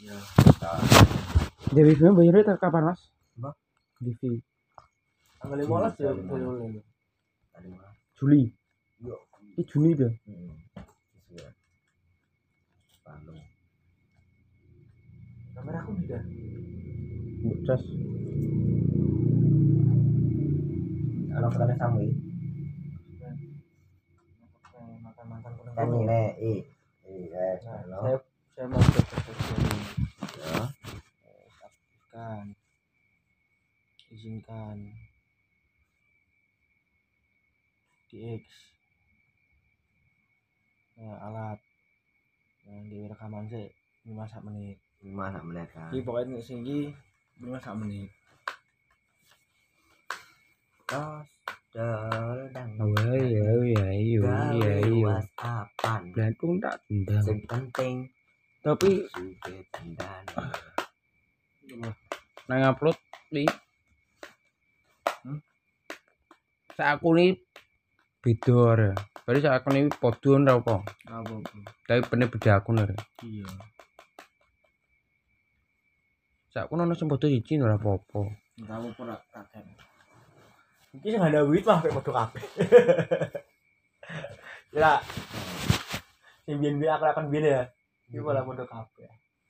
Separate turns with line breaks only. Iya.
DBV bayarnya ter- kapan mas?
Apa?
DBV
tanggal lima belas ya tanggal lima.
Ada mah.
Juli.
Yo.
Eh Juni deh.
Heeh. Sesuai. Panu.
kamera aku tidak
Bocas.
Ana ketane samui.
makan makan
Kan ini i. Iya,
Nah, saya saya mau ke ini
Ya.
kan izinkan DX nah, alat yang di rekaman sih lima sak menit
Lima sak menit kan.
jadi pokoknya ini singgi lima sak menit
Tos dol dang.
ya ya iya
Gawe WhatsAppan.
Belantung tak tendang.
Sing penting
Tapi
suge tendan.
nang upload nih.
Hmm?
Saya aku nih beda ora. Berarti saya aku nih podo ora apa.
apa apa
Tapi bener beda akun ora.
iya
Saya aku ono sing podo siji ora apa-apa.
entah apa pura kakek mungkin nggak ada duit lah kayak bodoh kafe ya yang biar biar aku akan biar ya ini malah bodoh kafe